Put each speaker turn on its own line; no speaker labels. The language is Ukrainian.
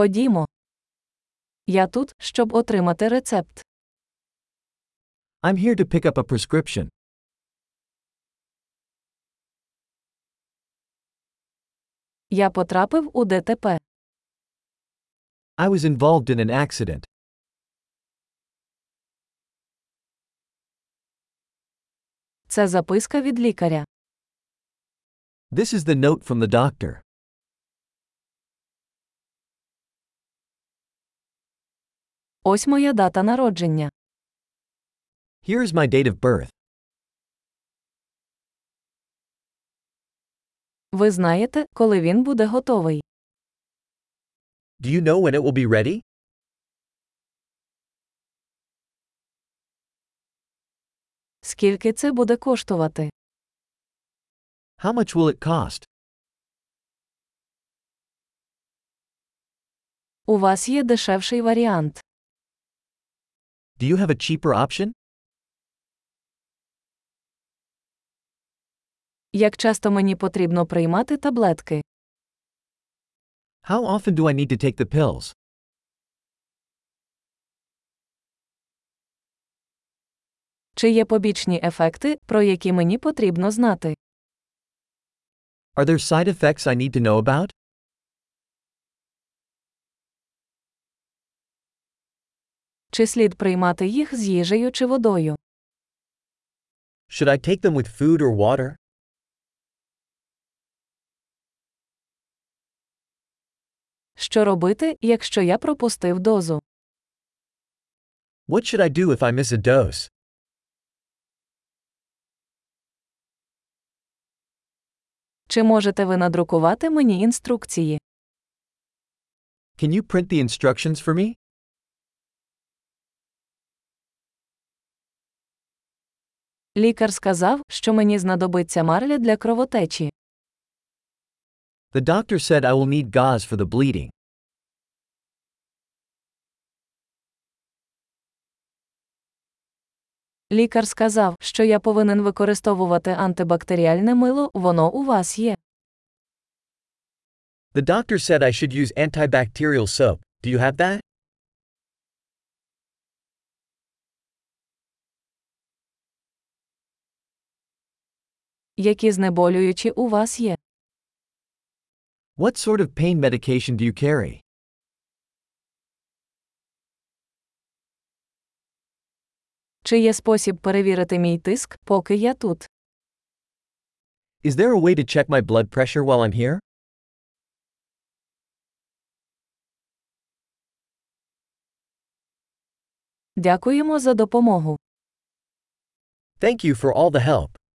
Ходімо. Я тут, щоб отримати рецепт.
I'm here to pick up a prescription.
Я потрапив у ДТП.
I was involved in an accident.
Це записка від лікаря.
This is the note from the doctor.
Ось моя дата народження.
Here is my date of birth.
Ви знаєте, коли він буде готовий.
Do you know when it will be ready?
Скільки це буде коштувати?
How much will it cost?
У вас є дешевший варіант.
Do you have a cheaper option?
Як часто мені потрібно приймати таблетки?
How often do I need to take the pills?
Чи є побічні ефекти, про які мені потрібно знати?
Are there side effects I need to know about?
Чи слід приймати їх з їжею чи водою?
Should I take them with food or water?
Що робити, якщо я пропустив дозу?
What should I do if I miss a dose?
Чи можете ви надрукувати мені інструкції?
Can you print the instructions for me?
Лікар сказав, що мені знадобиться марля для кровотечі.
The doctor said I will need gauze for the bleeding.
Лікар сказав, що я повинен використовувати антибактеріальне мило, воно у вас є.
The doctor said I should use antibacterial soap. Do you have that?
Які знеболюючі у вас є?
What sort of pain medication do you carry?
Чи є спосіб перевірити мій тиск, поки я тут?
Is there a way to check my blood pressure while I'm here?
Дякуємо за допомогу.
Thank you for all the help.